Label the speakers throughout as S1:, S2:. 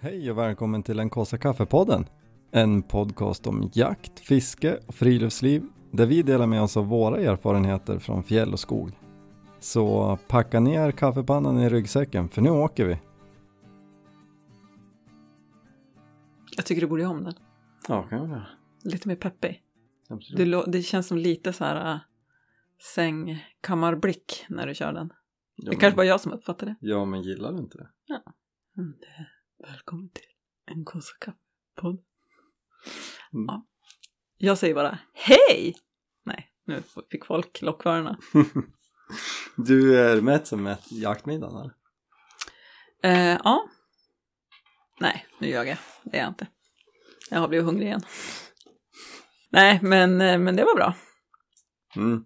S1: Hej och välkommen till den kaffe kaffepodden. En podcast om jakt, fiske och friluftsliv där vi delar med oss av våra erfarenheter från fjäll och skog. Så packa ner kaffepannan i ryggsäcken för nu åker vi.
S2: Jag tycker du borde göra om den.
S1: Ja, kan vi göra.
S2: Lite mer peppig.
S1: Mm. Absolut.
S2: Det, lå- det känns som lite så här äh, sängkammarblick när du kör den.
S1: ja,
S2: Det kanske bara jag som uppfattar det.
S1: Ja, men gillar du inte det?
S2: Mm, det är- Välkommen till en kossakapp-podd.
S1: Mm.
S2: Ja. Jag säger bara hej! Nej, nu fick folk lockörerna.
S1: Du är mätt som mätt jaktmiddagen eller?
S2: Eh, ja. Nej, nu ljög jag. Det är jag inte. Jag har blivit hungrig igen. Nej, men, eh, men det var bra.
S1: Mm.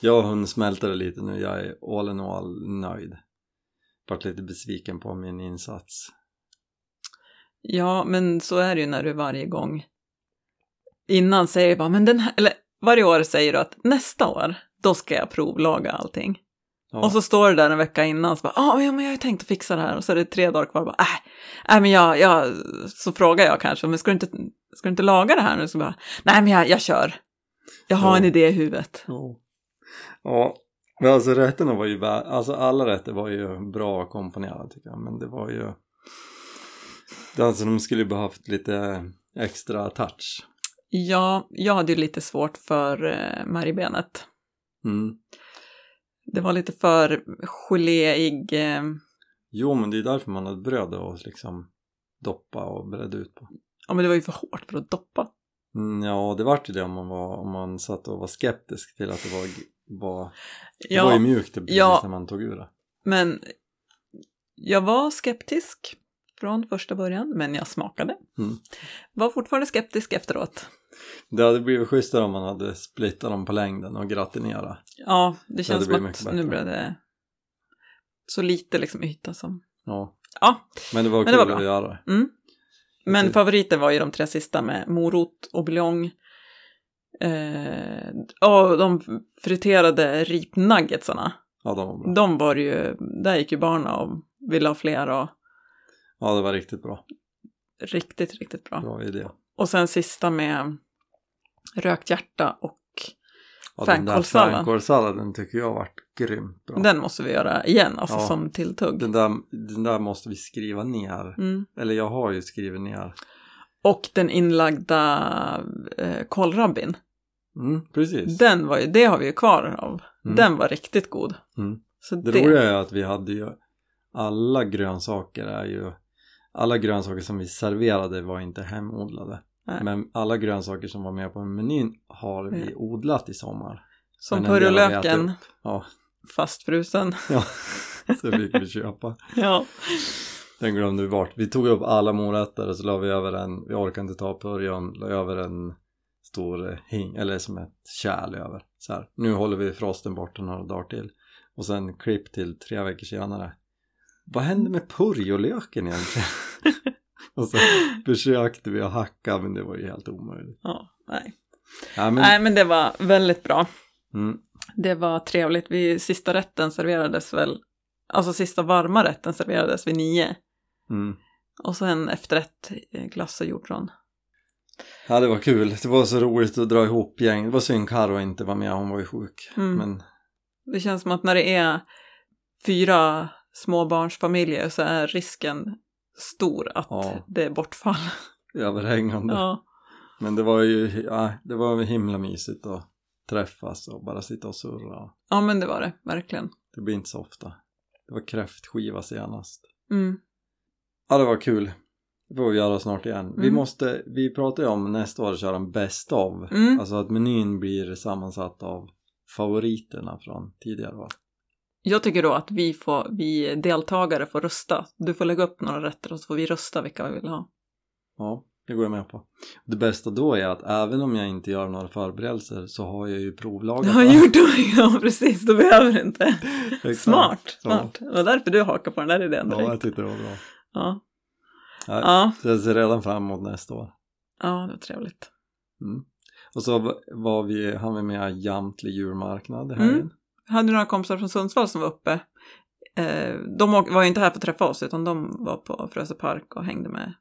S1: Jag och hon smälter det lite nu, jag är all in all nöjd. Vart lite besviken på min insats.
S2: Ja, men så är det ju när du varje gång innan säger du bara, men den här, eller varje år säger du att nästa år, då ska jag provlaga allting.
S1: Ja.
S2: Och så står du där en vecka innan och så bara, ah, ja, men jag har ju tänkt att fixa det här. Och så är det tre dagar kvar och bara, äh, äh, men jag, jag, så frågar jag kanske, men ska du inte, ska du inte laga det här nu? Så bara, nej, men jag, jag kör. Jag har
S1: Ja.
S2: en idé i huvudet.
S1: Ja. Ja, men alltså rätterna var ju, vä- alltså alla rätter var ju bra komponerade tycker jag, men det var ju, alltså de skulle ju behövt lite extra touch.
S2: Ja, jag hade ju lite svårt för eh, märgbenet.
S1: Mm.
S2: Det var lite för geléig. Eh,
S1: Jo, men det är därför man har ett bröd att liksom doppa och bredda ut på.
S2: ja, men det var ju för hårt för att doppa.
S1: Mm, ja, det vart ju det om man, var, om man satt och var skeptisk till att det var, var det var ju
S2: Ja,
S1: mjukt precis
S2: Ja.
S1: när man tog ur det.
S2: men jag var skeptisk från första början, men jag smakade.
S1: Mm.
S2: Var fortfarande skeptisk efteråt.
S1: Det hade blivit schysstare om man hade splittat dem på längden och gratinerat.
S2: Ja, det känns
S1: blir
S2: som
S1: mycket
S2: att
S1: bättre.
S2: nu blev det så lite liksom yta som...
S1: Ja.
S2: Ja.
S1: Men det var
S2: Men
S1: kul
S2: det var bra.
S1: att göra det.
S2: Mm. Men
S1: Okej.
S2: favoriten var ju de tre sista med morot och buljong. Eh, och de friterade ripnuggetsarna.
S1: Ja, de var bra.
S2: De var det ju, där gick ju barnen och ville ha fler och
S1: Ja, det var riktigt bra.
S2: riktigt, riktigt bra.
S1: Bra idé.
S2: Och sen sista med rökt hjärta och
S1: Ja, den där
S2: Fänkålssallad.
S1: Fänkålssalladen tycker jag varit grymt bra. Den...
S2: den måste vi göra igen, alltså
S1: Ja.
S2: som tilltugg.
S1: där, den där måste vi skriva ner.
S2: Mm.
S1: Eller jag har ju skrivit ner.
S2: Och den inlagda eh, kålrabbin.
S1: Mm, precis.
S2: Den var ju, det har vi ju kvar av.
S1: Mm.
S2: Den var riktigt god.
S1: Mm.
S2: Så det,
S1: Det roliga är att vi hade ju alla grönsaker är ju alla grönsaker som vi serverade var inte hemodlade.
S2: Nej.
S1: Men alla grönsaker som var med på menyn har vi
S2: Mm.
S1: odlat i sommar.
S2: som
S1: men en del har vi
S2: purjolöken,
S1: ätit Ja,
S2: fastfrusen.
S1: ja. så fick vi köpa.
S2: ja.
S1: Den glömde vi bort. Vi tog upp alla morötter och så la vi över en, vi orkade inte ta purjon, la över en stor eh, hing, eller som ett kärl över. Så här. Nu håller vi frosten borta några dagar till. Och sen klipp till tre veckor senare. Vad hände med purjolöken egentligen? och så försökte vi att hacka men det var ju helt omöjligt.
S2: ja nej.
S1: Ja, men,
S2: nej, men det var väldigt bra.
S1: mm,
S2: Det var trevligt. Vi, sista rätten serverades väl, alltså sista varma rätten serverades vid nio.
S1: mm.
S2: Och sen efterrätt, eh, glass och hjortron.
S1: ja, det var kul. Det var så roligt att dra ihop gäng. Det var synd Karo inte var med, hon var ju sjuk.
S2: Mm.
S1: Men
S2: Det känns som att när det är fyra småbarnsfamiljer så är risken stor att
S1: Ja.
S2: det är bortfall.
S1: överhängande.
S2: Ja.
S1: Men det var ju ja, det var himla mysigt att träffas och bara sitta och surra.
S2: ja, men det var det, verkligen.
S1: Det blir inte så ofta. Det var kräftskiva senast.
S2: Mm.
S1: Ja, det var kul. Det får vi göra snart igen. Vi
S2: Mm.
S1: måste, vi pratar ju om nästa år att köra en best of.
S2: Mm.
S1: Alltså att menyn blir sammansatt av favoriterna från tidigare va?
S2: Jag tycker då att vi, får, vi deltagare får rösta. Du får lägga upp några rätter och så får vi rösta vilka vi vill ha.
S1: Ja, det går jag med på. Det bästa då är att även om jag inte gör några förberedelser så har jag ju
S2: Jag
S1: provlagat.
S2: har
S1: allt.
S2: gjort Ja, precis. Då behöver du inte.
S1: Exakt.
S2: Smart,
S1: Ja.
S2: smart. Det var därför du hakar på den där idén
S1: Liksom. Ja, jag
S2: direkt.
S1: tyckte det var bra.
S2: Ja,
S1: Ja,
S2: ja,
S1: Så jag ser redan fram emot nästa år.
S2: ja det var trevligt.
S1: Mm. Och så v- var vi, han var med Jamtli djurmarknad i
S2: Mm.
S1: helgen.
S2: Jag hade några kompisar från Sundsvall som var uppe. eh, de åk- var ju inte här för att träffa oss utan de var på Frösö Park och hängde med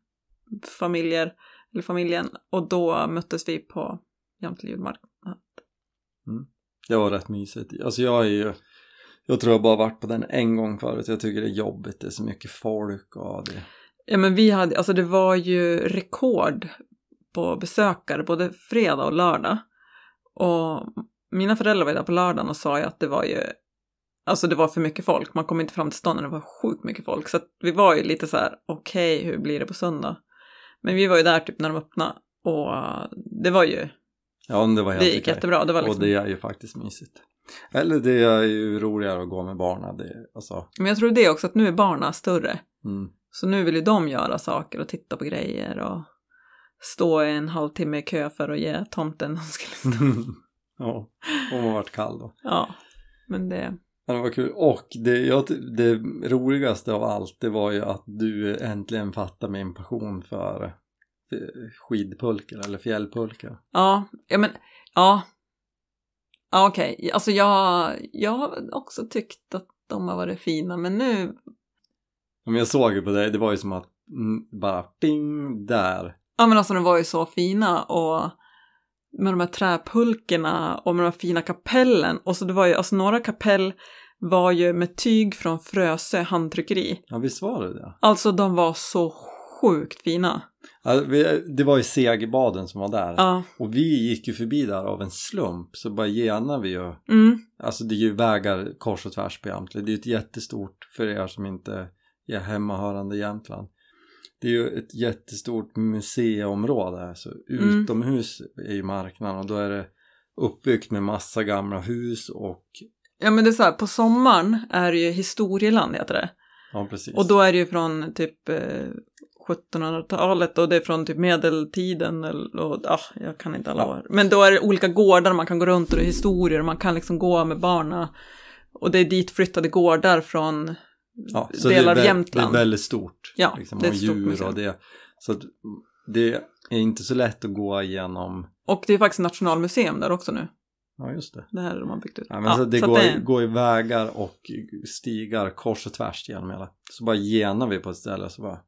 S2: familjer, eller familjen. Och då möttes vi på Jamtli julmarknad.
S1: Det var rätt mysigt. Alltså jag är ju, jag tror jag bara varit på den en gång förut. Jag tycker det är jobbigt, det är så mycket folk och det.
S2: Ja men vi hade, alltså det var ju rekord på besökare både fredag och lördag. Och mina föräldrar var där på lördagen och sa ju att det var ju, alltså det var för mycket folk, man kom inte fram till stan när det var sjukt mycket folk. Så att vi var ju lite så här, okej hur blir det på söndag? Men vi var ju där typ när de öppnade och det var ju,
S1: Ja, men det var helt
S2: det gick
S1: okej.
S2: jättebra. Det var
S1: Och
S2: liksom,
S1: det är ju faktiskt mysigt. Eller det är ju roligare att gå med barnen. Det, alltså,
S2: men jag tror det också att nu är barnen större.
S1: mm,
S2: Så nu vill ju de göra saker och titta på grejer och stå en halvtimme i kö för att ge tomten de skulle
S1: Mm.
S2: stå.
S1: ja, om man varit kall då.
S2: Ja, men det...
S1: Men det var kul. Och det, jag, ty- det roligaste av allt, det var ju att du äntligen fattade min passion för eh, skidpulka eller fjällpulka.
S2: Ja, ja men... Ja. Ja, okej. Alltså jag, jag har också tyckt att de har varit fina, men nu...
S1: Men jag såg ju på dig, det var ju som att mm, bara ping, där.
S2: Ja, men alltså de var ju så fina och med de här träpulkerna och med de här fina kapellen. Och så det var ju, alltså några kapell var ju med tyg från Frösö handtryckeri.
S1: Ja, visst var det det?
S2: Alltså de var så sjukt fina.
S1: Ja, vi- Det var ju Segerbaden som var där.
S2: Ja,
S1: Och vi gick ju förbi där av en slump, så bara genar vi ju
S2: mm,
S1: Alltså det är ju vägar kors och tvärs på Jämtland. Det är ju ett jättestort, för er som inte är hemmahörande i Jämtland. Det är ju ett jättestort museiområde. här, Så
S2: Mm.
S1: utomhus är ju marknaden och då är det uppbyggt med massa gamla hus och
S2: ja men det är så här, på sommaren är det ju historieland heter det.
S1: ja precis.
S2: Och då är det ju från typ eh, 1700-talet och det är från typ medeltiden eller- och ja, jag kan inte alla
S1: Ja.
S2: år. Men då är det olika gårdar man kan gå runt och det är historier och man kan liksom gå med barna. Och det är dit flyttade gårdar från,
S1: ja,
S2: delar av
S1: det är, vä-
S2: Jämtland.
S1: Det är väldigt stort.
S2: Ja,
S1: liksom,
S2: det är
S1: och
S2: ett stort
S1: djur
S2: museum.
S1: och det. Så att det är inte så lätt att gå igenom.
S2: och det är faktiskt nationalmuseum där också nu.
S1: Ja just det.
S2: Det här de har byggt ut.
S1: Ja, men så det går, går i vägar och stigar kors och tvärs genom hela. Så bara genar vi på ett ställe och så bara,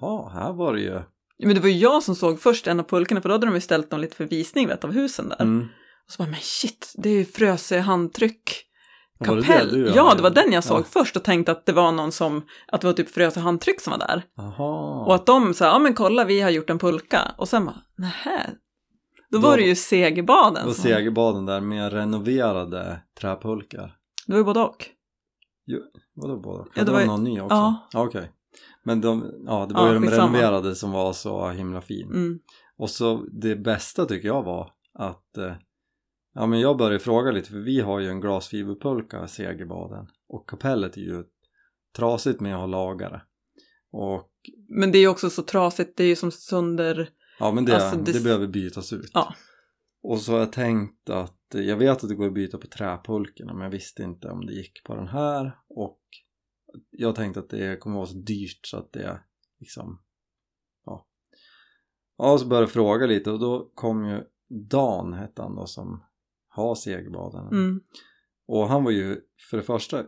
S1: ja här var det ju.
S2: men det var ju jag som såg först en av pulkorna för då hade de ju ställt dem lite för visning vet, av husen där.
S1: Mm.
S2: Och så bara, men shit, det är ju Frösö handtryck.
S1: Var det
S2: kapell.
S1: det du-
S2: ja, det var den jag såg
S1: Ja.
S2: först och tänkte att det var någon som, att det var typ Frösö handtryck som var där.
S1: Jaha.
S2: Och att de sa, ja men kolla vi har gjort en pulka. Och sen bara, nähä. Då, var
S1: Då-
S2: det ju Segerbaden.
S1: och
S2: som-
S1: segerbaden där med renoverade träpulkar.
S2: Det var ju både och.
S1: Vadå båda?
S2: det
S1: Ja, det
S2: var
S1: var
S2: ju-
S1: någon ny också?
S2: ja.
S1: Okej. Men de, ja, det var
S2: Ja,
S1: ju de
S2: skitsamma.
S1: renoverade som var så himla fin.
S2: Mm.
S1: Och så det bästa tycker jag var att eh, ja men jag började fråga lite för vi har ju en glasfiberpulka Segerbaden och kapellet är ju trasigt med att ha lagare. Och
S2: Men det är ju också så trasigt, det är ju som sönder...
S1: ja men det,
S2: Alltså, det-
S1: det... behöver bytas ut.
S2: Ja.
S1: Och så har jag tänkt att eh, jag vet att det går att byta på träpulkorna men jag visste inte om det gick på den här och jag tänkte att det kommer vara så dyrt så att det liksom ja. Ja, så började jag fråga lite och då kom ju Dan hette han då som har segbaden.
S2: Mm.
S1: Och han var ju för det första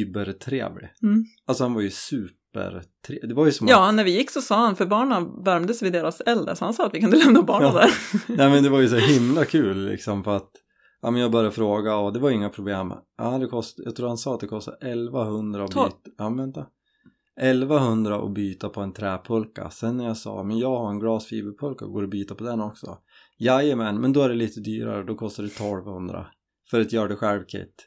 S1: übertrevlig.
S2: Mm.
S1: Alltså han var ju supertrevlig. Det var ju som att
S2: Ja, när vi gick så sa han, för barnen värmdes vid deras eld, så han sa att vi kunde lämna barnen
S1: Ja.
S2: där.
S1: Nej men det var ju så himla kul liksom för att ja, men jag började fråga och det var inga problem. Ja, det kost, jag tror han sa att det kostade 1100 att
S2: Tolv.
S1: byta. Ja, men vänta. 1100 att byta på en träpulka. Sen när jag sa men jag har en glasfiberpulka, går det att byta på den också? Jajamän, men då är det lite dyrare. Då kostar det 1200 för ett gör det själv-kit.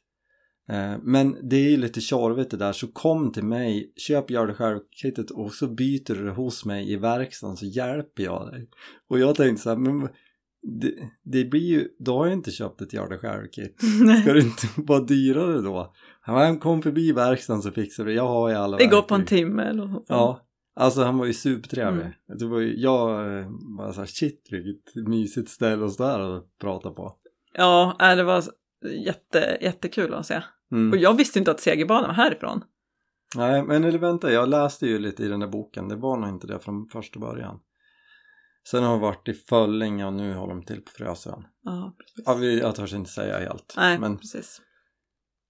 S1: Eh, Men det är ju lite tjorvigt det där så kom till mig, köp gör det själv-kittet och så byter du det hos mig i verkstaden så hjälper jag dig. Och jag tänkte så här, men det, det blir ju, då har jag inte köpt ett gör det själv-kit. Ska det inte vara dyrare då? Han kom förbi verkstaden så fixade vi det, jag har ju alla
S2: Vi går på en
S1: verktyg.
S2: timme eller något sånt.
S1: Ja, alltså han var ju supertrevlig.
S2: Mm.
S1: Det var ju, jag eh, bara såhär shit vilket mysigt ställe att stå här och prata på.
S2: Ja, nej, det var jätte, jättekul att se. Och
S1: Mm.
S2: jag visste inte att Segerbaden var härifrån.
S1: Nej men eller vänta, jag läste ju lite i den där boken, det var nog inte det från första början. Sen har jag varit i Föllinge och nu har de till på Frösön.
S2: Ja,
S1: Ja, vi, jag törs inte säga helt.
S2: nej,
S1: Men
S2: precis.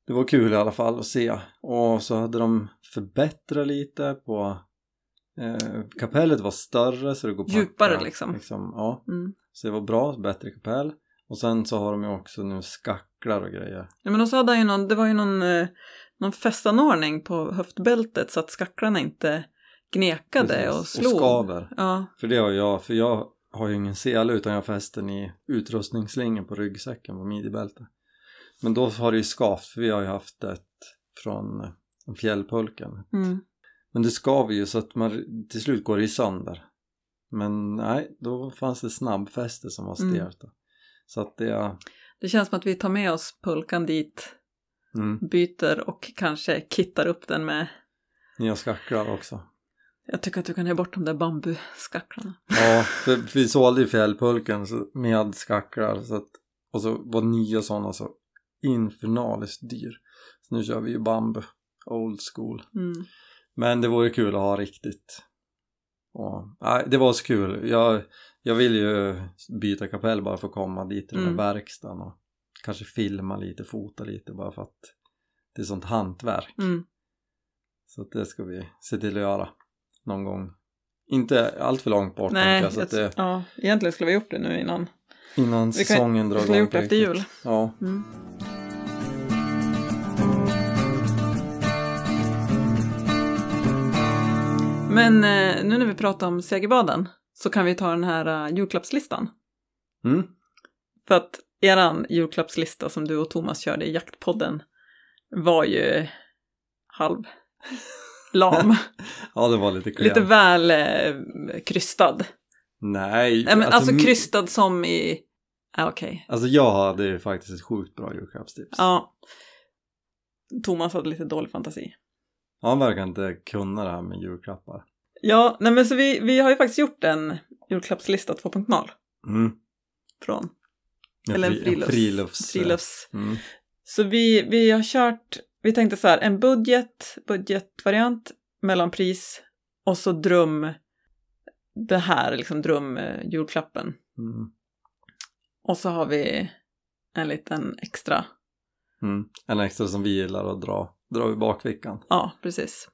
S1: det var kul i alla fall att se. Och så hade de förbättrat lite på... Eh, kapellet var större så det går att
S2: Djupare,
S1: packa,
S2: liksom.
S1: ja.
S2: Mm.
S1: Så det var bra, bättre kapell. Och sen så har de ju också nu skacklar och grejer.
S2: Ja, men och så hade han ju någon, det var ju någon, eh, någon fästanordning på höftbältet så att skacklarna inte gnekade
S1: Precis.
S2: och slog.
S1: och skaver.
S2: Ja,
S1: För det har jag, för jag har ju ingen sele utan jag fäster den i utrustningsslingen på ryggsäcken på midjebältet. Men då har det ju skavt för vi har ju haft ett från fjällpulken.
S2: mm.
S1: Men det skaver ju så att man till slut går det ju sönder. Men nej, då fanns det snabbfäste som var
S2: Mm.
S1: stelt. Så att det...
S2: Det känns som att vi tar med oss pulkan dit,
S1: Mm,
S2: byter och kanske kittar upp den med...
S1: nya skacklar också.
S2: Jag tycker att du kan ge bort de där bambuskacklarna.
S1: Ja, för, för vi sålde ju fjällpulken så- med skacklar så att, och så var nya sådana så infernaliskt dyr. Så nu kör vi ju bambu, old school.
S2: Mm.
S1: Men det vore kul att ha riktigt. Och, nej, det var så kul. Jag, jag vill ju byta kapell bara för att komma dit till den
S2: Mm.
S1: där verkstaden och kanske filma lite, fota lite bara för att det är sånt hantverk.
S2: Mm.
S1: Så att det ska vi se till att göra någon gång. Inte allt för långt bort
S2: Nej,
S1: tänker jag, så
S2: jag,
S1: att det,
S2: ja, egentligen skulle vi gjort det nu innan.
S1: Innan
S2: Vi kan-
S1: säsongen drar
S2: vi skulle ha
S1: igång
S2: gjort det
S1: på
S2: efter
S1: riktigt.
S2: jul.
S1: Ja,
S2: Mm. Men eh, nu när vi pratar om segerbaden så kan vi ta den här eh, julklappslistan.
S1: mm.
S2: För att eran julklappslista som du och Thomas körde i jaktpodden var ju halv lam.
S1: ja det var lite kul.
S2: Lite väl eh, krystad.
S1: Nej,
S2: Nej men alltså,
S1: min-
S2: krystad som i... Ja okej.
S1: Alltså jag hade ju faktiskt ett sjukt bra julklappstips.
S2: Ja. Thomas hade lite dålig fantasi.
S1: Ja, Han verkar inte kunna det här med julklappar.
S2: Ja, nej men så vi, vi har ju faktiskt gjort en julklappslista 2.0
S1: Mm.
S2: från...
S1: En
S2: eller en
S1: fri-
S2: frilufts...
S1: frilufts...
S2: frilufts.
S1: Mm.
S2: Så vi, vi har kört, vi tänkte så här, en budget, budgetvariant, mellanpris och så drum, det här liksom drum eh, julklappen.
S1: Mm.
S2: Och så har vi en liten extra,
S1: Mm. En extra som vi gillar att dra, dra i bakfickan.
S2: ja precis.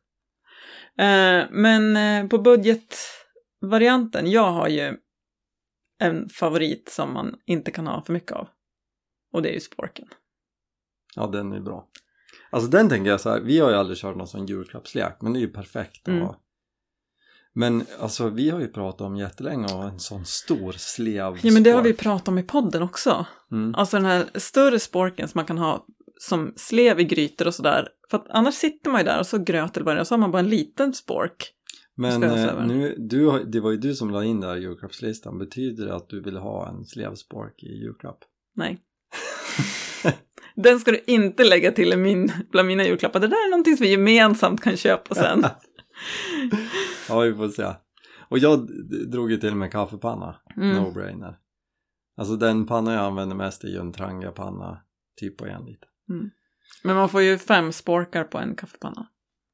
S2: Eh, men eh, på budgetvarianten, jag har ju en favorit som man inte kan ha för mycket av. Och det är ju sporken.
S1: Ja, den är bra. Alltså den tänker jag så här, vi har ju aldrig kört någon sån julklappslek, men det är ju perfekt att
S2: Mm.
S1: ha. Men alltså vi har ju pratat om jättelänge om en sån stor slev.
S2: Ja men det har vi pratat om i podden också.
S1: Mm.
S2: Alltså den här större sporken som man kan ha som slev i grytor och sådär. För att annars sitter man ju där och så gröt eller vad det är och så har man bara en liten spork.
S1: Men
S2: Ska jag
S1: eh,
S2: säga.
S1: nu, du, har- det var ju du som la in det här i julklappslistan. Betyder det att du vill ha en slevspark i julklapp?
S2: Nej. Den ska du inte lägga till i min, bland mina julklappar. Det där är någonting som vi gemensamt kan köpa sen.
S1: Ja, vi får se. Och jag d- drog ju till med kaffepanna,
S2: Mm.
S1: no-brainer. Alltså den panna jag använder mest är ju en Tranga-panna, typ på en liter.
S2: Men man får ju fem sporkar på en kaffepanna.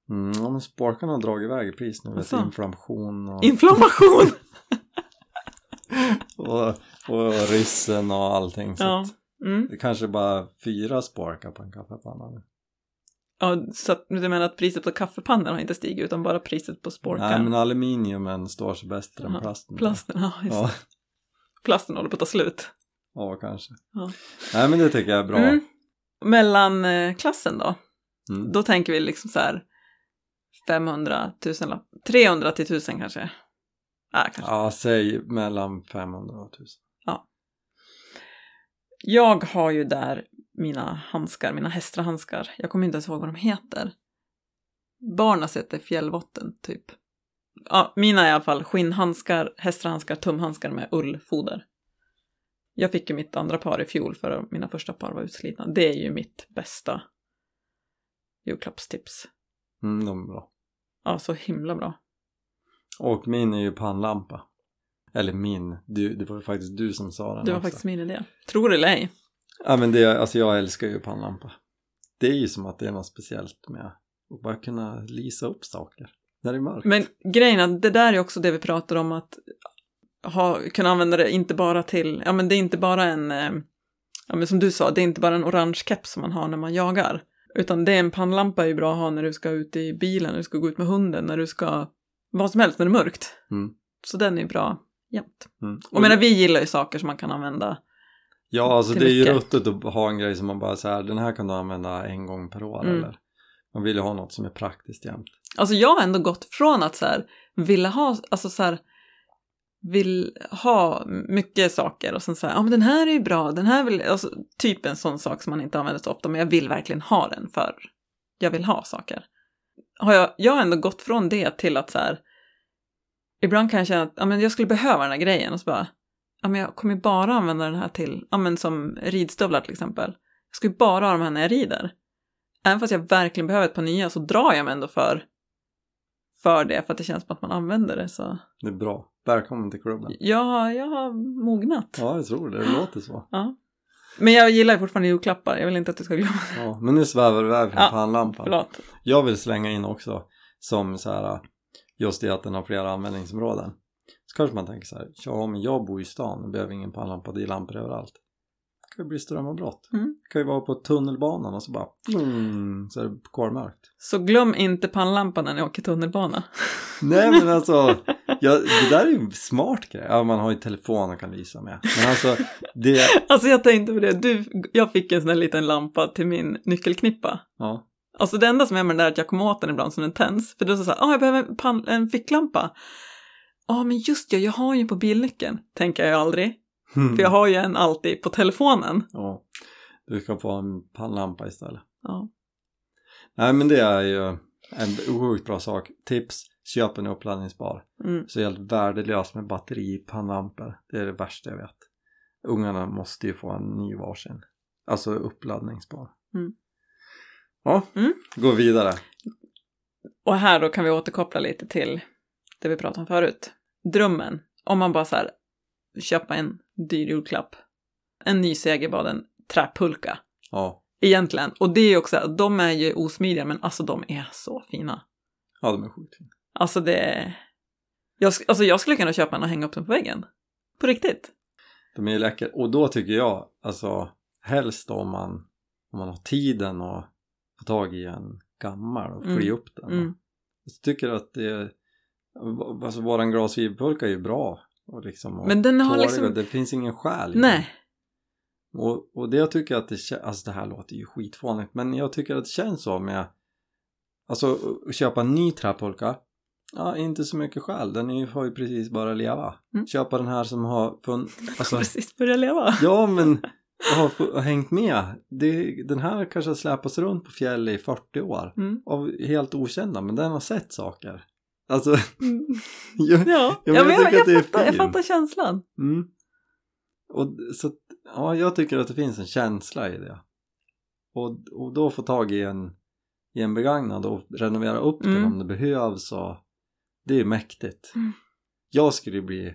S1: Mm, ja, men sparkarna har dragit iväg i pris nu, vet du,
S2: Asså?
S1: inflation och,
S2: Inflammation!
S1: och, och ryssen och allting. Så
S2: ja.
S1: att
S2: Mm.
S1: det kanske är bara fyra sparkar på en kaffepanna nu.
S2: ja. Så att, du menar att priset på kaffepannor har inte stigit utan bara priset på sporkar?
S1: Nej, men aluminiumen står sig bättre än
S2: Ja,
S1: plasten.
S2: Plasten, ja, just.
S1: Ja.
S2: det. Plasten håller på att ta slut.
S1: Ja, kanske.
S2: Ja.
S1: Nej, men det tycker jag är bra.
S2: Mm. Mellan eh, klassen då?
S1: Mm.
S2: Då tänker vi liksom så här 500 000 lapp. 300 till 1000 kanske. Ah, kanske.
S1: Ja, säg mellan 500 och 1000.
S2: Jag har ju där mina handskar, mina hästrahandskar. Jag kommer inte ens ihåg vad de heter. Barnas heter fjällvotten typ. Ja, mina är i alla fall skinnhandskar, hästrahandskar, tumhandskar med ullfoder. Jag fick ju mitt andra par i fjol för att mina första par var utslitna. Det är ju mitt bästa julklappstips.
S1: Mm, de är bra.
S2: Ja, så himla bra.
S1: Och min är ju pannlampa. Eller min, du, det var ju faktiskt du som sa den
S2: Det var
S1: också.
S2: faktiskt min idé. Tror det eller ej.
S1: Ja, men det, alltså jag älskar ju pannlampa. Det är ju som att det är något speciellt med att bara kunna lysa upp saker när det är mörkt.
S2: Men grejen är att det där är också det vi pratar om att ha, kunna använda det inte bara till, ja men det är inte bara en, eh, ja men som du sa, det är inte bara en orange keps som man har när man jagar. Utan det är en pannlampa är ju bra att ha när du ska ut i bilen, när du ska gå ut med hunden, när du ska vad som helst när det är mörkt.
S1: Mm.
S2: Så den är ju bra jämt.
S1: Mm.
S2: Och jag menar vi gillar ju saker som man kan använda.
S1: Ja, alltså
S2: till
S1: det är ju
S2: mycket.
S1: ruttet att ha en grej som man bara så här, den här kan du använda en gång per år
S2: Mm.
S1: eller man vill ju ha något som är praktiskt jämt.
S2: Alltså jag har ändå gått från att så här vilja ha, alltså så här vill ha mycket saker och sen så här, ja men den här är ju bra, den här vill, alltså typ en sån sak som man inte använder så ofta men jag vill verkligen ha den för jag vill ha saker. Har jag, jag har ändå gått från det till att så här, ibland kan jag känna att ja, men jag skulle behöva den här grejen och så bara, ja men jag kommer ju bara använda den här till, ja men som ridstövlar till exempel. Jag ska ju bara ha de här när jag rider. Även fast jag verkligen behöver ett par nya så drar jag mig ändå för, för det, för att det känns som att man använder det. Så
S1: Det är bra. Välkommen till klubben.
S2: jag, har- jag har mognat.
S1: Ja, jag tror det. Det låter så.
S2: Men jag gillar ju fortfarande julklappar, jag vill inte att du ska glömma det.
S1: Ja, men nu svävar du iväg från
S2: Ja,
S1: pannlampan.
S2: Förlåt.
S1: Jag vill slänga in också som så här just det att den har flera användningsområden. Så kanske man tänker så här, ja men jag bor i stan, jag behöver ingen pannlampa, det är lampor överallt. Det kan ju bli strömavbrott.
S2: Mm.
S1: Det kan ju vara på tunnelbanan och så bara, mm, så är det kolmörkt.
S2: Så glöm inte pannlampan när ni åker tunnelbana.
S1: Nej men alltså, jag, det där är ju en smart grej. Ja, man har ju telefon och kan lysa med. Men alltså, det,
S2: Alltså jag tänkte på det, du, jag fick en sån här liten lampa till min nyckelknippa.
S1: ja.
S2: Alltså det enda som är med den där är att jag kommer åt den ibland som den tänds. För då så här, ah, jag behöver en, pan- en ficklampa. Ja, men just det, jag har ju på bilnyckeln. Tänker jag ju aldrig. För jag har ju en alltid på telefonen.
S1: ja. Du ska få en pannlampa istället.
S2: Ja.
S1: Nej men det är ju en sjukt bra sak. Tips, köp en uppladdningsbar.
S2: Mm.
S1: Så helt värdelöst med batteri i pannlampor. Det är det värsta jag vet. Ungarna måste ju få en ny varsin. Alltså uppladdningsbar.
S2: Mm.
S1: Ja,
S2: Mm.
S1: gå vidare.
S2: Och här då kan vi återkoppla lite till det vi pratade om förut. Drömmen. Om man bara så här, köpa en dyr julklapp. En ny segerbad, en träpulka.
S1: Ja,
S2: Egentligen. Och det är ju också, de är ju osmidiga men alltså de är så fina.
S1: ja de är sjukt fina.
S2: Alltså det... Jag, sk- alltså jag skulle kunna köpa en och hänga upp den på väggen. På riktigt.
S1: De är ju läckra. Och då tycker jag, alltså helst om man, om man har tiden och får tag i en gammal och
S2: Mm.
S1: fly upp den.
S2: Mm.
S1: Jag tycker att det är, alltså våran glasfiberpulka är ju bra. Och liksom, och
S2: Men den har
S1: tårig och
S2: liksom-
S1: Det finns ingen själ i den.
S2: Nej.
S1: Och, och det jag tycker att det känns, alltså det här låter ju skitfånigt men jag tycker att det känns så med Alltså att köpa en ny träpolka Ja, inte så mycket skäl, den är ju, har ju precis bara leva
S2: Mm.
S1: Köpa den här som har fun, alltså,
S2: Precis börja leva.
S1: Ja men har fu- hängt med det, Den här kanske har släpats runt på fjäll i 40 år
S2: Mm.
S1: Av helt okända, men den har sett saker Alltså,
S2: Mm.
S1: jag,
S2: Ja,
S1: men
S2: ja,
S1: jag
S2: men jag,
S1: tycker att
S2: jag,
S1: det är
S2: fattar, jag
S1: fint.
S2: fattar känslan.
S1: Mm. Och d- så, att- ja, jag tycker att det finns en känsla i det. Och, och då få tag i en, i en begagnad och renovera upp den
S2: Mm.
S1: om det behövs och det är mäktigt.
S2: Mm.
S1: Jag skulle bli,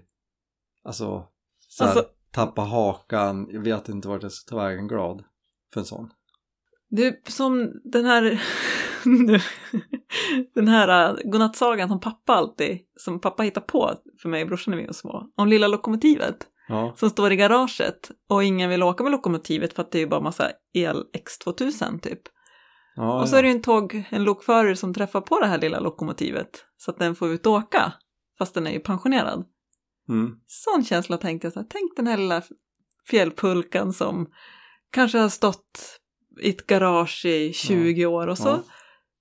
S1: alltså, så här,
S2: Alltså-
S1: tappa hakan, jag vet inte vart jag ska ta vägen glad för en sån.
S2: Det är som den här... nu, den här äh, godnattsagan som pappa alltid, som pappa hittar på för mig och brorsan när vi var små, om lilla lokomotivet
S1: Ja,
S2: som står i garaget och ingen vill åka med lokomotivet för att det är ju bara massa el X2000 typ.
S1: ja,
S2: Och så
S1: ja.
S2: är det ju en tåg, en lokförare som träffar på det här lilla lokomotivet så att den får ut och åka, fast den är ju pensionerad.
S1: Mm.
S2: Sån känsla tänkte jag så här, tänk den här lilla fjällpulkan som kanske har stått i ett garage i 20 år och så
S1: ja.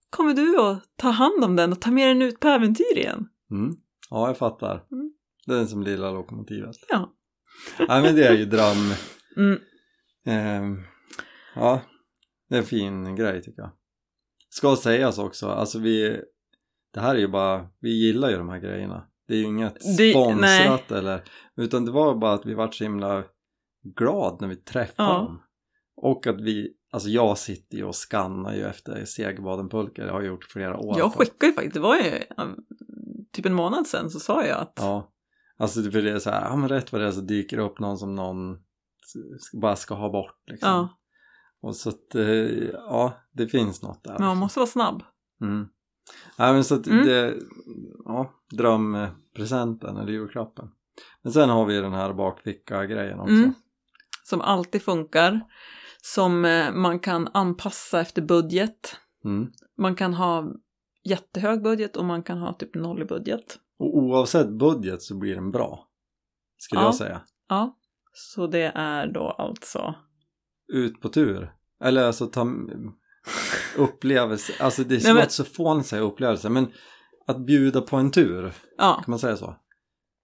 S2: kommer du och tar hand om den och tar med den ut på äventyr igen.
S1: Mm. ja, jag fattar.
S2: Mm.
S1: Det är den som lilla lokomotivet.
S2: Ja.
S1: Nej, men det är ju dröm.
S2: Mm,
S1: Ehm, ja, det är en fin grej tycker jag. Ska sägas också, alltså vi, det här är ju bara, vi gillar ju de här grejerna. Det är ju inget
S2: Det-
S1: sponsrat eller, utan det var bara att vi vart så himla glad när vi träffade
S2: Ja.
S1: dem. Och att vi, alltså jag sitter ju och skannar ju efter Segerbadenpulka, det har jag gjort flera år.
S2: jag skickade ju faktiskt, det var ju ja, typ en månad sedan så sa jag att
S1: Ja, alltså för det är så här, ja men rätt vad det är så dyker det upp någon som någon s- bara ska ha bort liksom.
S2: ja,
S1: Och så att, eh, ja, det finns något där.
S2: men man måste vara snabb.
S1: Mm. Nej men så att
S2: Mm.
S1: det, ja, drömpresenten eller julklappen. Men sen har vi den här bakficka-grejen också.
S2: Mm. Som alltid funkar. som eh, man kan anpassa efter budget.
S1: Mm.
S2: Man kan ha jättehög budget och man kan ha typ noll i budget.
S1: Och oavsett budget så blir den bra. Skulle
S2: Ja.
S1: jag säga.
S2: Ja, så det är då alltså...
S1: Ut på tur. Eller alltså ta upplevelse. Alltså det är
S2: Nej,
S1: svårt
S2: men-
S1: så fånigt att säga upplevelse. Men att bjuda på en tur.
S2: Ja,
S1: Kan man säga så?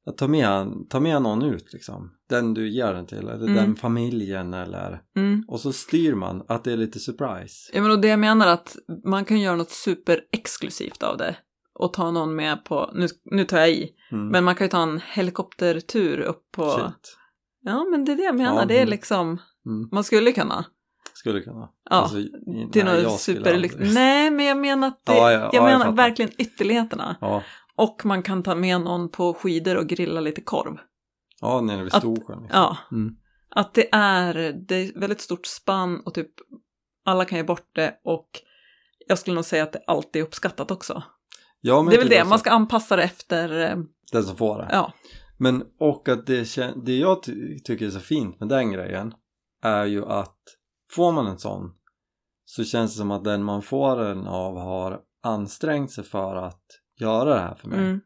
S1: Att ta med, ta med någon ut liksom. Den du ger den till eller
S2: Mm.
S1: den familjen eller.
S2: mm.
S1: Och så styr man att det är lite surprise.
S2: Ja, men och det jag menar att man kan göra något superexklusivt av det och ta någon med på, nu, nu tar jag i,
S1: Mm.
S2: men man kan ju ta en helikoptertur upp på...
S1: Shit.
S2: Ja, men det är det jag menar,
S1: Ja,
S2: det är
S1: mm.
S2: liksom,
S1: Mm.
S2: man skulle kunna.
S1: Skulle kunna. Alltså,
S2: Ja, det är
S1: nej,
S2: något
S1: jag skulle
S2: superlyck.
S1: aldrig.
S2: Nej, men jag menar att det,
S1: Ja, ja, ja,
S2: jag
S1: jag
S2: menar
S1: fattar.
S2: verkligen ytterligheterna.
S1: Ja,
S2: Och man kan ta med någon på skidor och grilla lite korv.
S1: ja nere vid
S2: Att-
S1: Storsjön. Liksom.
S2: Ja.
S1: Mm.
S2: Att det är, det är väldigt stort spann och typ alla kan ge bort det och jag skulle nog säga att det alltid är uppskattat också.
S1: Ja, men
S2: det är väl
S1: typ
S2: det,
S1: så-
S2: man ska anpassa det efter, eh,
S1: Den som får det.
S2: ja.
S1: Men och att det, kän- det jag ty- tycker är så fint med den grejen är ju att får man en sån så känns det som att den man får den av har ansträngt sig för att göra det här för mig.
S2: Mm,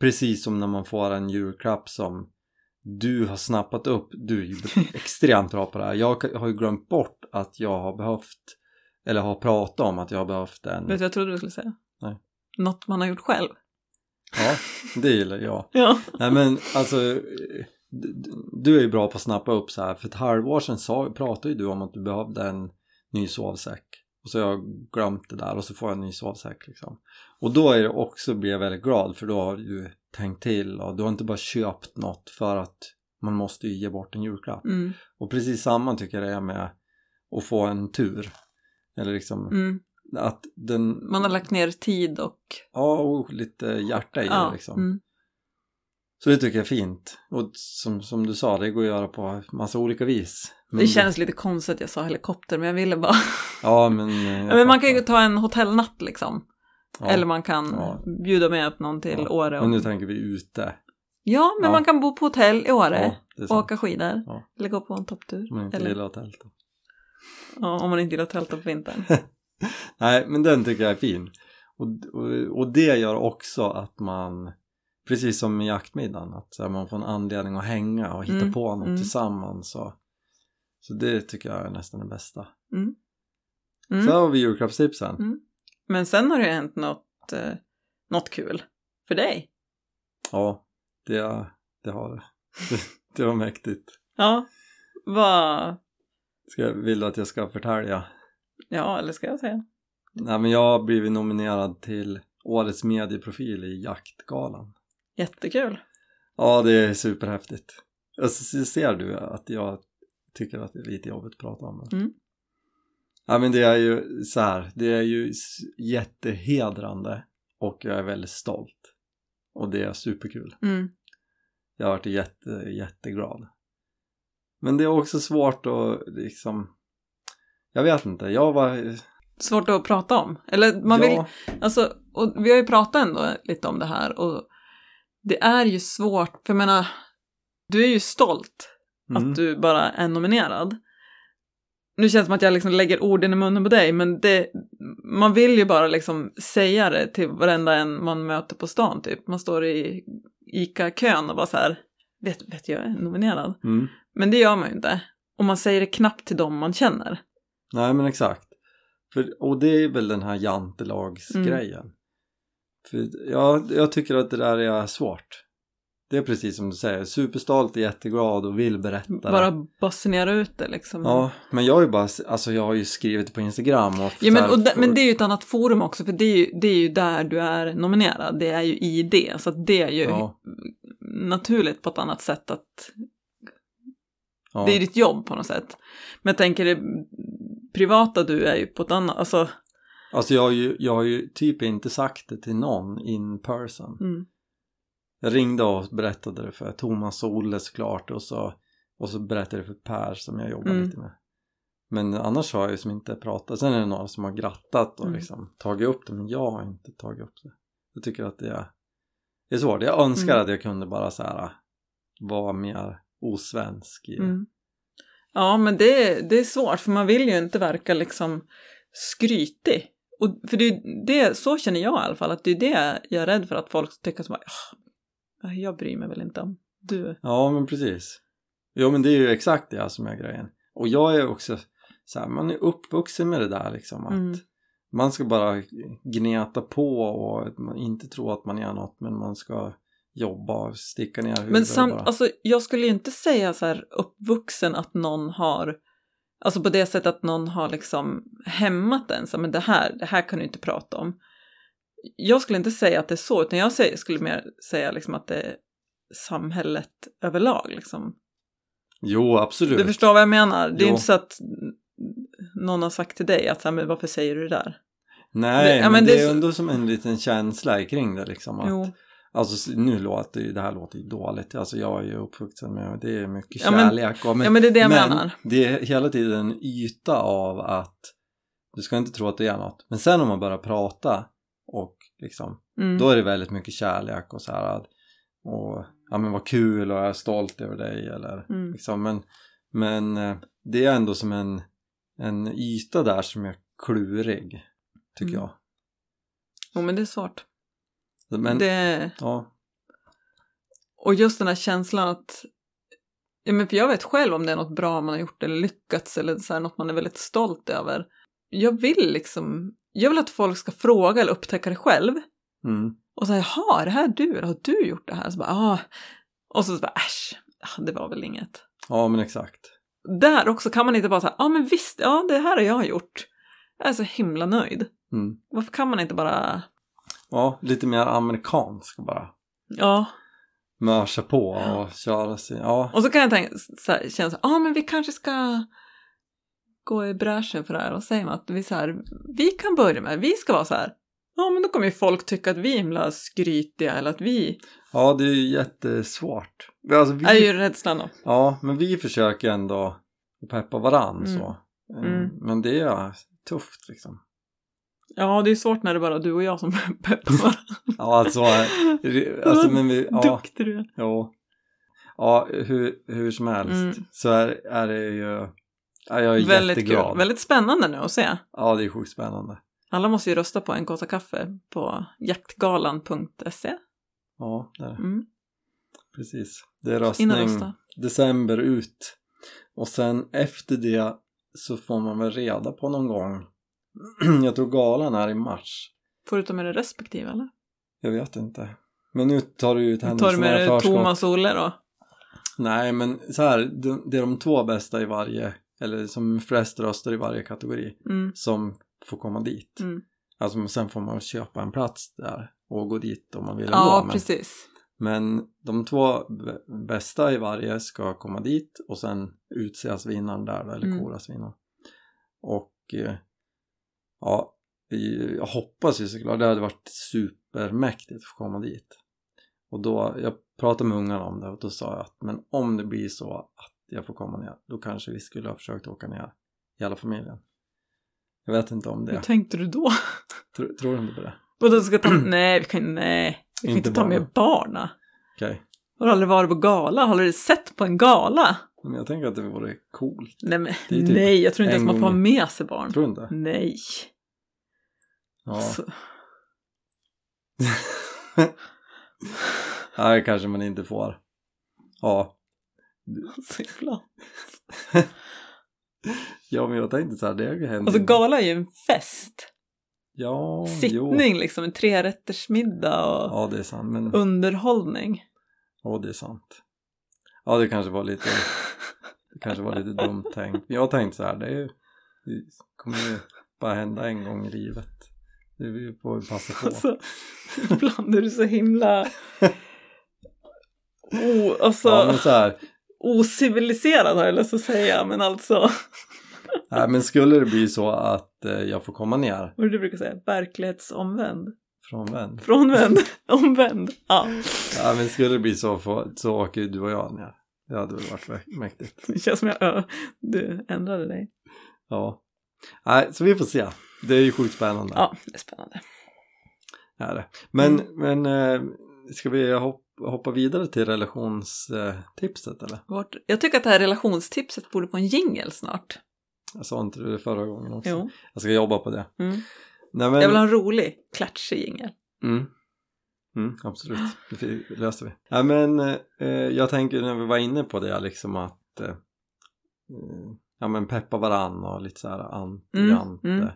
S1: Precis som när man får en julklapp som du har snappat upp, du är ju extremt bra på det här. Jag har ju glömt bort att jag har behövt, eller har pratat om att jag har behövt en...
S2: Vet du vad jag trodde du skulle säga?
S1: Nej.
S2: Något man har gjort själv.
S1: Ja, det gillar jag.
S2: Ja.
S1: Nej men alltså, eh, d- d- du är ju bra på att snappa upp så här. För ett halvår sedan sa, pratade ju du om att du behövde en ny sovsäck. Och så har jag glömt det där och så får jag en ny sovsäck liksom. Och då är det också, blir jag väldigt glad för då har du tänkt till och du har inte bara köpt något för att man måste ju ge bort en julklapp.
S2: Mm,
S1: Och precis samma tycker jag det är med att få en tur. Eller liksom
S2: mm.
S1: att den...
S2: Man har lagt ner tid och...
S1: Ja, och lite hjärta i det liksom.
S2: mm,
S1: Så det tycker jag är fint. Och som, som du sa, det går att göra på massa olika vis. Men
S2: det känns lite konstigt att jag sa helikopter, men jag ville bara...
S1: Ja, men... eh, jag
S2: men man kan ju
S1: fattar.
S2: ta en hotellnatt liksom.
S1: Ja.
S2: Eller man kan
S1: Ja.
S2: bjuda med upp någon till
S1: Ja.
S2: Åre. Och...
S1: Men nu tänker vi ute.
S2: Ja, men
S1: Ja.
S2: man kan bo på hotell i Åre.
S1: Ja, det är
S2: och
S1: sant.
S2: åka skidor.
S1: Ja.
S2: Eller gå på en topptur.
S1: Om man inte
S2: Eller,
S1: gillar att tälta.
S2: ja, om man inte gillar att tälta på vintern.
S1: Nej, men den tycker jag är fin. Och, och, och det gör också att man, precis som i jaktmiddagen, att så här, man får en anledning att hänga och hitta
S2: Mm,
S1: på något
S2: mm.
S1: tillsammans. Och, så det tycker jag är nästan det bästa.
S2: Mm. Mm.
S1: Så här har vi julklappstipsen.
S2: Men sen har det hänt något, eh, något kul för dig.
S1: Ja, det, det har det. det var mäktigt.
S2: Ja, vad...
S1: Ska, jag- vill du att jag ska förtälja?
S2: Ja, eller ska jag säga?
S1: Nej men jag har blivit nominerad till Årets medieprofil i Jaktgalan.
S2: Jättekul.
S1: Ja det är superhäftigt. Alltså, så ser du att jag tycker att det är lite jobbigt att prata om det?
S2: Mm.
S1: Ja men det är ju så här, det är ju s- jättehedrande och jag är väldigt stolt. Och det är superkul.
S2: Mm.
S1: Jag har varit jätte, jätteglad. Men det är också svårt att liksom, jag vet inte, jag var...
S2: Svårt att prata om. Eller man
S1: ja,
S2: vill, alltså, och vi har ju pratat ändå lite om det här och det är ju svårt, för jag menar, du är ju stolt
S1: mm.
S2: att du bara är nominerad. Nu känns det som att jag liksom lägger orden i munnen på dig, men det, man vill ju bara liksom säga det till varenda en man möter på stan typ. Man står i ICA-kön och bara så här, vet, vet jag jag är nominerad?
S1: Mm.
S2: Men det gör man ju inte. Och man säger det knappt till dem man känner.
S1: Nej men exakt. För, och det är väl den här jantelagsgrejen.
S2: Mm.
S1: För jag, jag tycker att det där är svårt. Det är precis som du säger, superstolt, jätteglad och vill berätta det.
S2: Bara basunera ut det liksom.
S1: Ja, men jag har ju bara, alltså jag har ju skrivit på Instagram och...
S2: Ja, men,
S1: där-
S2: och där, men det är ju ett annat forum också, för det är, ju, det är ju där du är nominerad. Det är ju i det, så att det är ju
S1: Ja,
S2: naturligt på ett annat sätt att
S1: ja,
S2: det är ditt jobb på något sätt. Men jag tänker det privata du är ju på ett annat, alltså.
S1: Alltså jag har, ju, jag har ju typ inte sagt det till någon in person.
S2: Mm,
S1: Jag ringde och berättade det för Thomas och Olle såklart och så, och så berättade jag det för Per som jag jobbar
S2: Mm.
S1: lite med. Men annars har jag ju som inte pratat. Sen är det några som har grattat och
S2: Mm.
S1: liksom tagit upp det men jag har inte tagit upp det. Jag tycker att det är, det är svårt. Jag önskar
S2: Mm.
S1: att jag kunde bara så här vara mer osvensk i det.
S2: mm. Ja, men det, det är svårt för man vill ju inte verka liksom skrytig. Och, för det, är det, så känner jag i alla fall, att det är det jag är rädd för att folk tycker som att "Ah, jag bryr mig väl inte om du.
S1: Ja, men precis. Ja, men det är ju exakt det här som är grejen. Och jag är också så här, man är uppvuxen med det där liksom att
S2: Mm.
S1: man ska bara gneta på och att man inte tro att man är något men man ska jobba och sticka ner huvudet
S2: Men
S1: och
S2: samt,
S1: bara.
S2: alltså, jag skulle ju inte säga så här uppvuxen att någon har, alltså på det sättet att någon har liksom hämmat en, så här, men det här, det här kan du inte prata om. Jag skulle inte säga att det är så, utan jag säger, skulle mer säga liksom att det är samhället överlag liksom.
S1: Jo, absolut.
S2: Du förstår vad jag menar? Det är
S1: Jo.
S2: inte så att någon har sagt till dig att så här, men varför säger du det där?
S1: Nej,
S2: Ja,
S1: men,
S2: men
S1: det,
S2: det är
S1: är
S2: så-
S1: ändå som en liten känsla kring det liksom. Att,
S2: Jo.
S1: Alltså nu låter ju, det här låter ju dåligt. Alltså jag är ju uppvuxen med, det är mycket
S2: Ja, men-
S1: kärlek. och, men,
S2: ja, men det är det jag menar.
S1: det är hela tiden en yta av att du ska inte tro att det är något. Men sen om man börjar prata och liksom
S2: Mm.
S1: Då är det väldigt mycket kärlek och så här att- och ja men vad kul och jag är stolt över dig eller
S2: Mm.
S1: liksom men, men eh, det är ändå som en, en yta där som är klurig tycker
S2: Mm.
S1: jag.
S2: Jo, men det är svårt.
S1: Men
S2: Det...
S1: ja,
S2: Och just den här känslan att... Ja, men för jag vet själv om det är något bra man har gjort eller lyckats eller så här, något man är väldigt stolt över. Jag vill liksom... Jag vill att folk ska fråga eller upptäcka det själv.
S1: mm,
S2: Och så här, jaha, är det här du? Eller har du gjort det här? Så bara, ah. Och så, så bara, äsch, ah, det var väl inget.
S1: ja men exakt.
S2: Där också kan man inte bara säga, ja ah, men visst, ja det här har jag gjort. Jag är så himla nöjd.
S1: Mm.
S2: Varför kan man inte bara,
S1: Ja, lite mer amerikansk bara.
S2: ja.
S1: Mörsa på och köra sin, ja.
S2: Och så kan jag tänka, så här, känna så här, ja ah, men vi kanske ska gå i bräschen för det här. Vad säger man? Att vi, så här, vi kan börja med, vi ska vara så här. Ja men då kommer ju folk tycka att vi är himla skrytiga eller att vi
S1: Ja det är ju jättesvårt. Alltså, vi,
S2: är ju rädslan då.
S1: Ja, men vi försöker ändå peppa varann
S2: Mm.
S1: så. Mm,
S2: Mm.
S1: Men det är tufft liksom.
S2: Ja det är svårt när det är bara du och jag som peppar.
S1: Ja, alltså, alltså men vi, ja,
S2: Duktig du är.
S1: ja, ja hur, hur som helst
S2: Mm.
S1: så är, är det ju, ja, jag är
S2: Väldigt
S1: jätteglad.
S2: kul. Väldigt spännande nu att se.
S1: Ja, det är sjukt spännande.
S2: Alla måste ju rösta på en kossa kaffe på jaktgalan.se.
S1: Ja, det är, det.
S2: Mm.
S1: precis. Det är
S2: In och
S1: röstning
S2: rösta.
S1: december ut och sen efter det så får man väl reda på någon gång. jag tror galan är i mars.
S2: Förutom är det respektive eller?
S1: Jag vet inte. Men nu tar du ut
S2: Tar du
S1: händelserna
S2: med
S1: i
S2: dig
S1: förskott.
S2: Thomas och Olle då?
S1: Nej, men så här, de- det är de två bästa i varje, eller som flest röster i varje kategori.
S2: Mm.
S1: som får komma dit.
S2: Mm.
S1: Alltså men sen får man köpa en plats där och gå dit om man vill ändå.
S2: Ja,
S1: men,
S2: precis.
S1: men de två b- bästa i varje ska komma dit och sen utses vinnaren där då, eller
S2: Mm.
S1: koras vinnaren. Och eh, ja, vi- jag hoppas ju såklart, det hade varit supermäktigt att få komma dit. Och då, jag pratade med ungarna om det och då sa jag att men om det blir så att jag får komma ner, då kanske vi skulle ha försökt åka ner hela familjen. Jag vet inte om
S2: Hur
S1: det,
S2: tänkte du då?
S1: Tro, tror du inte på det?
S2: Och då ska ta... nej, vi kan, nej. Vi kan
S1: Inte
S2: inte, ta med
S1: barnen.
S2: barna.
S1: Okej,
S2: Har du aldrig varit på gala? Har du aldrig sett på en gala?
S1: men jag tänker att det vore coolt.
S2: Nej, men,
S1: Det är typ
S2: nej jag tror inte
S1: en
S2: ens man får ha
S1: gång
S2: med sig barn.
S1: Tror du inte?
S2: Nej.
S1: Ja.
S2: Alltså,
S1: Nej, kanske man inte får. Ja.
S2: så jävla-
S1: ja, men jag tänkte så här, det händer
S2: alltså
S1: ju.
S2: gala är ju en fest.
S1: Ja,
S2: Sittning liksom, en trerättersmiddag
S1: Jo.
S2: och
S1: Ja, det är sant. Men,
S2: underhållning.
S1: ja, det är sant. Ja, det kanske var lite, det kanske var lite dumt tänkt. Jag tänkte så här, det, är, ju- det kommer ju bara hända en gång i livet. Det vi får vi passa på.
S2: Alltså, ibland är du så himla o, alltså,
S1: Ja, men så här,
S2: ociviliserad har jag lust att säga, men alltså
S1: nej, men skulle det bli så att eh, jag får komma ner
S2: vad är det du brukar säga, verklighetsomvänd,
S1: från vän.
S2: frånvänd, omvänd. Ja,
S1: Ja, men skulle det bli så, får- så åker ju du och jag ner. Det hade väl varit mä- mäktigt.
S2: det känns som jag, ö, du ändrade dig.
S1: Ja. Nej, så vi får se. Det är ju sjukt spännande.
S2: Ja, det är spännande. Mm.
S1: Är det. Men, men eh, ska vi hoppa hoppa vidare till relationstipset eller?
S2: Vårt, jag tycker att det här relationstipset borde få en jingel snart.
S1: Jag sa inte det förra gången också.
S2: Jo.
S1: Jag ska jobba på det.
S2: Mm.
S1: Nej, men...
S2: Jag vill ha en rolig, klatschig jingel.
S1: Mm. Mm, absolut, det fi- löste vi. Ja, men eh, jag tänker när vi var inne på det liksom att eh, eh, ja, men peppa varann och lite så här anti
S2: Mm,
S1: ante.
S2: mm.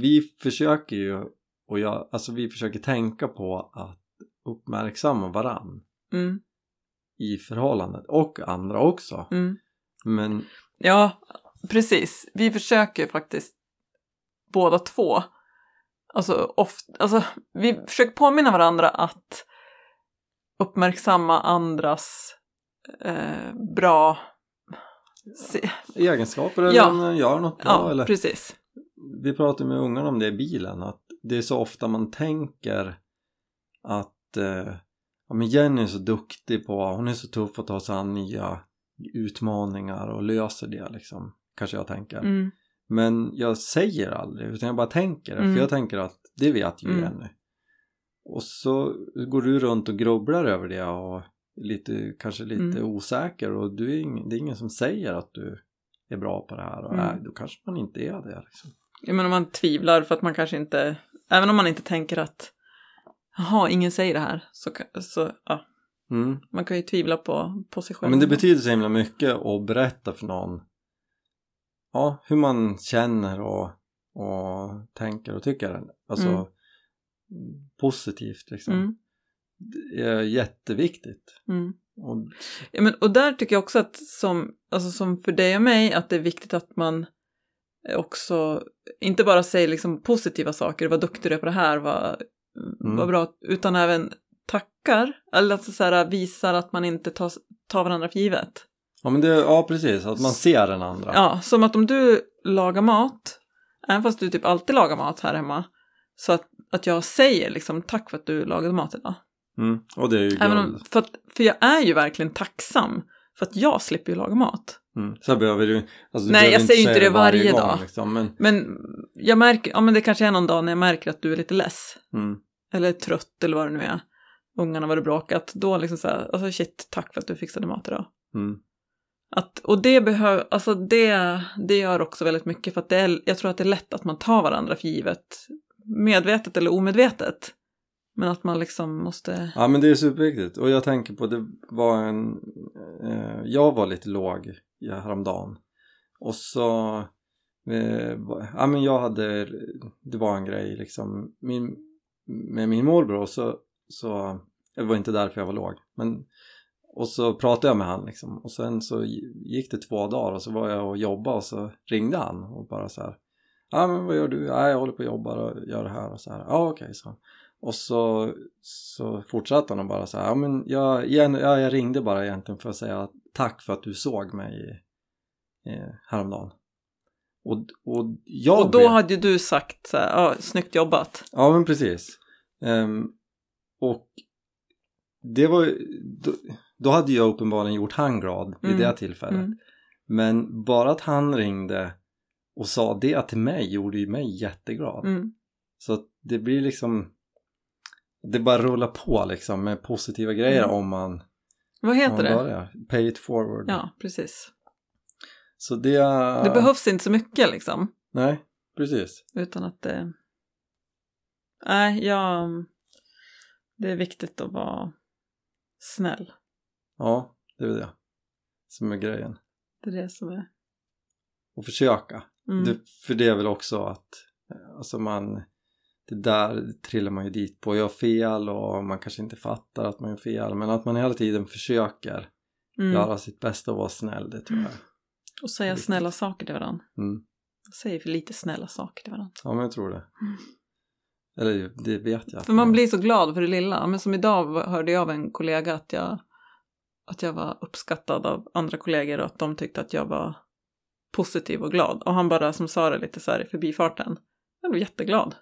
S1: Vi försöker ju och jag, alltså vi försöker tänka på att uppmärksamma varann
S2: Mm,
S1: i förhållandet och andra också.
S2: mm.
S1: Men
S2: Ja, precis. Vi försöker faktiskt båda två. Alltså, ofta, alltså, vi försöker påminna varandra att uppmärksamma andras eh, bra... Se,
S1: egenskaper eller
S2: Ja.
S1: om den gör något bra
S2: ja,
S1: eller
S2: precis.
S1: vi pratade med ungarna om det i bilen att det är så ofta man tänker att eh, ja, men Jenny är så duktig på, hon är så tuff att ta sig an nya utmaningar och löser det liksom kanske jag tänker
S2: Mm,
S1: men jag säger aldrig utan jag bara tänker det,
S2: Mm.
S1: för jag tänker att det vet ju
S2: Mm.
S1: Jenny och så går du runt och grubblar över det och är lite, kanske lite
S2: Mm.
S1: osäker och du är ingen, det är ingen som säger att du är bra på det här och
S2: Mm.
S1: äh, då kanske man inte är det liksom.
S2: jag menar man tvivlar för att man kanske inte... Även om man inte tänker att jaha, ingen säger det här, så, ka- så ja,
S1: Mm.
S2: man kan ju tvivla på, på sig
S1: Ja,
S2: själv.
S1: men det betyder så himla mycket att berätta för någon ja, hur man känner och, och tänker och tycker. Alltså
S2: Mm.
S1: positivt liksom.
S2: Mm,
S1: Det är jätteviktigt.
S2: mm.
S1: Och,
S2: Ja, men, och där tycker jag också att som, alltså, som för dig och mig att det är viktigt att man också inte bara säger liksom positiva saker, vad duktig du är på det här, vad,
S1: Mm.
S2: vad bra, utan även tackar, eller alltså så här, visar att man inte tar, tar varandra för givet.
S1: ja, men det, ja precis, att man ser den andra.
S2: Ja. som att om du lagar mat, även fast du typ alltid lagar mat här hemma, så att, att jag säger liksom tack för att du lagade mat idag.
S1: Mm. Och det är ju guld.
S2: Även om, för, att, för jag är ju verkligen tacksam för att jag slipper ju laga mat.
S1: mm. Så här behöver du, alltså, du
S2: Nej,
S1: behöver
S2: jag säger inte
S1: säga
S2: det varje
S1: gång,
S2: dag.
S1: Liksom, men,
S2: Men jag märker, ja men det kanske är någon dag när jag märker att du är lite less.
S1: mm.
S2: Eller trött eller vad det nu är. Ungarna var det bråkat. Då liksom så här, alltså shit, tack för att du fixade mat idag.
S1: Mm.
S2: Att, och det behöver, alltså det, det gör också väldigt mycket för att det är, jag tror att det är lätt att man tar varandra för givet. Medvetet eller omedvetet. Men att man liksom måste,
S1: Ja men det är superviktigt och jag tänker på det var en eh, jag var lite låg i- häromdagen och så eh, va- ja men jag hade det var en grej liksom min, med min morbror så, så det var inte därför jag var låg men och så pratade jag med han liksom och sen så gi- gick det två dagar och så var jag och jobbade och så ringde han och bara så här ja men vad gör du? Ja, jag håller på och jobbar och gör det här och så här ja okej så och så, så fortsatte han och bara så här, ja men jag, igen, ja, jag ringde bara egentligen för att säga tack för att du såg mig i- eh, häromdagen. Och, och jag
S2: och då
S1: blev-
S2: hade ju du sagt så här, ja, snyggt jobbat.
S1: Ja men precis. Ehm, och det var ju- då, då hade jag uppenbarligen gjort han glad vid
S2: Mm,
S1: det tillfället.
S2: mm.
S1: Men bara att han ringde och sa det till mig gjorde ju mig jätteglad.
S2: Mm.
S1: Så att det blir liksom det bara rullar på liksom med positiva grejer
S2: Mm.
S1: om man,
S2: Vad
S1: om man
S2: heter det?
S1: börjar. Pay it forward.
S2: Ja, precis.
S1: Så det... eh,
S2: Det behövs inte så mycket liksom.
S1: Nej, precis.
S2: Utan att det... Nej, jag... Det är viktigt att vara snäll.
S1: Ja, det är det som är grejen.
S2: Det är det som är...
S1: Och försöka.
S2: Mm.
S1: Det, för det är väl också att eh, alltså man det där trillar man ju dit på, jag gör fel och man kanske inte fattar att man gör fel men att man hela tiden försöker
S2: mm.
S1: göra sitt bästa och vara snäll det tror jag.
S2: Och säga
S1: Viktigt.
S2: snälla saker till varandra.
S1: Mm.
S2: Jag säger för lite snälla saker till varandra.
S1: Ja men jag tror det. Eller det vet jag. att
S2: Mm. För man
S1: är.
S2: blir så glad för det lilla. Men som idag hörde jag av en kollega att jag, att jag var uppskattad av andra kollegor och att de tyckte att jag var positiv och glad. Och han bara som sa det lite så här i förbifarten. Jag blev jätteglad.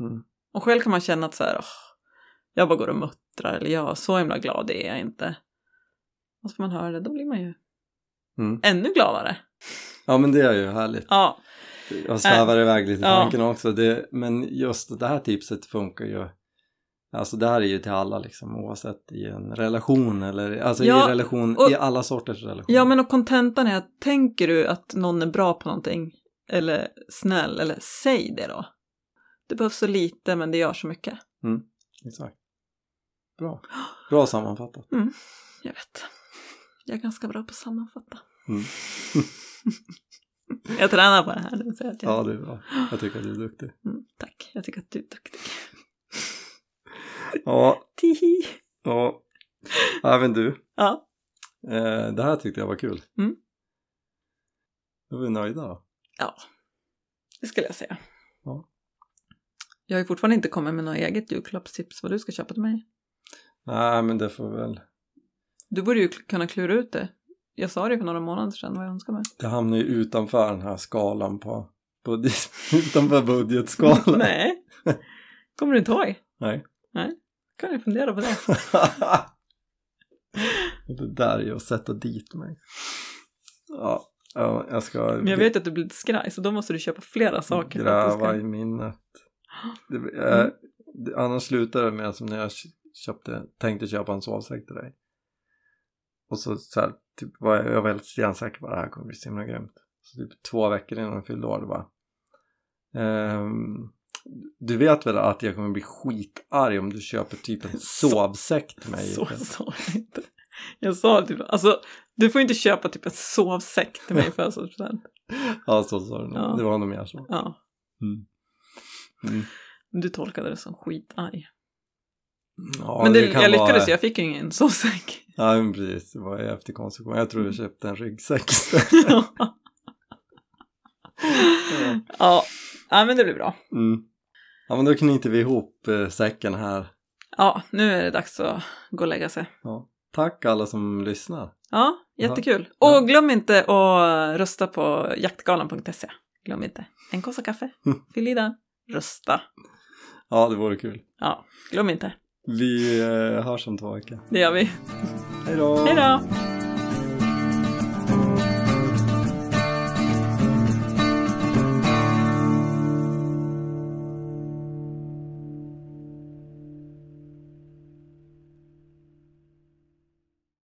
S1: Mm.
S2: Och själv kan man känna att så här, "Åh, jag bara går och muttrar eller ja, så himla glad är jag inte. Och så får man höra det, då blir man ju
S1: Mm.
S2: ännu gladare.
S1: Ja men det är ju härligt.
S2: Ja,
S1: Jag svävar iväg lite i
S2: Äh, Ja.
S1: tanken också. Det, men just det här tipset funkar ju Alltså det här är ju till alla liksom oavsett i en relation eller alltså
S2: Ja,
S1: i relation,
S2: och-
S1: i alla sorters relationer.
S2: Ja, men och kontentan är att tänker du att någon är bra på någonting eller snäll, eller säg det då. Det behövs så lite, men det gör så mycket.
S1: Exakt. Bra. Bra sammanfattat.
S2: Jag vet. Jag är ganska bra på att sammanfatta.
S1: Mm.
S2: jag tränar på det här nu. Så att jag...
S1: Ja, det är bra. Jag tycker att du är duktig.
S2: mm, tack, jag tycker att du är duktig.
S1: Ja,
S2: Tihi.
S1: ja. Även du.
S2: Ja,
S1: Eh, det här tyckte jag var kul.
S2: Mm.
S1: Då är vi nöjda då.
S2: det skulle jag säga.
S1: Ja.
S2: Jag har ju fortfarande inte kommit med något eget julklappstips vad du ska köpa till mig.
S1: Nej, men det får vi väl.
S2: Du borde ju kunna klura ut det. Jag sa det ju för några månader sedan vad jag önskar mig.
S1: Det hamnar ju utanför den här skalan på, på utanför budgetskalan.
S2: Nej. Kommer du inte ihåg?
S1: Nej.
S2: Nej. Kan du fundera på det?
S1: det där är ju att sätta dit mig. Ja, ja, jag ska
S2: Men jag vet att du blir lite skraj så då måste du köpa flera saker. Mm. för att du
S1: gräva
S2: ska...
S1: i minnet. Det, eh, det, annars slutar det med som när jag köpte, tänkte köpa en sovsäck till dig. Och så, så här, typ, var jag, jag var väldigt stensäker på att det här kommer bli så himla grymt. Så typ två veckor innan jag fyllde år, det bara ehm, du vet väl att jag kommer bli skitarg om du köper typ en
S2: Så-
S1: sovsäck till mig?
S2: Så sa jag inte. Jag sa typ, alltså du får inte köpa typ en sovsäck till mig i födelsedagspresent.
S1: Ja, så sa du nog.
S2: Ja.
S1: Det var nog mer så.
S2: Ja,
S1: Mm.
S2: du tolkade det som skitarg.
S1: Ja,
S2: men det, jag
S1: vara-
S2: lyckades, jag fick ju ingen sovsäck.
S1: Ja, men precis. Det var efter konstruktion. Jag tror jag
S2: Mm.
S1: köpte en ryggsäck.
S2: ja. ja, men det blir bra.
S1: Mm. Ja men då knyter vi ihop eh, säcken här.
S2: Ja, nu är det dags att gå och lägga sig.
S1: Ja. Tack alla som lyssnar.
S2: Ja, jättekul.
S1: Ja.
S2: Och glöm inte att rösta på jaktgalan.se. Glöm inte. En kossa kaffe. Fyll i den. Rösta.
S1: Ja det vore kul.
S2: Ja, glöm inte.
S1: Vi eh, hörs om två veckor.
S2: Det gör vi.
S1: Hej då!
S2: Hej då!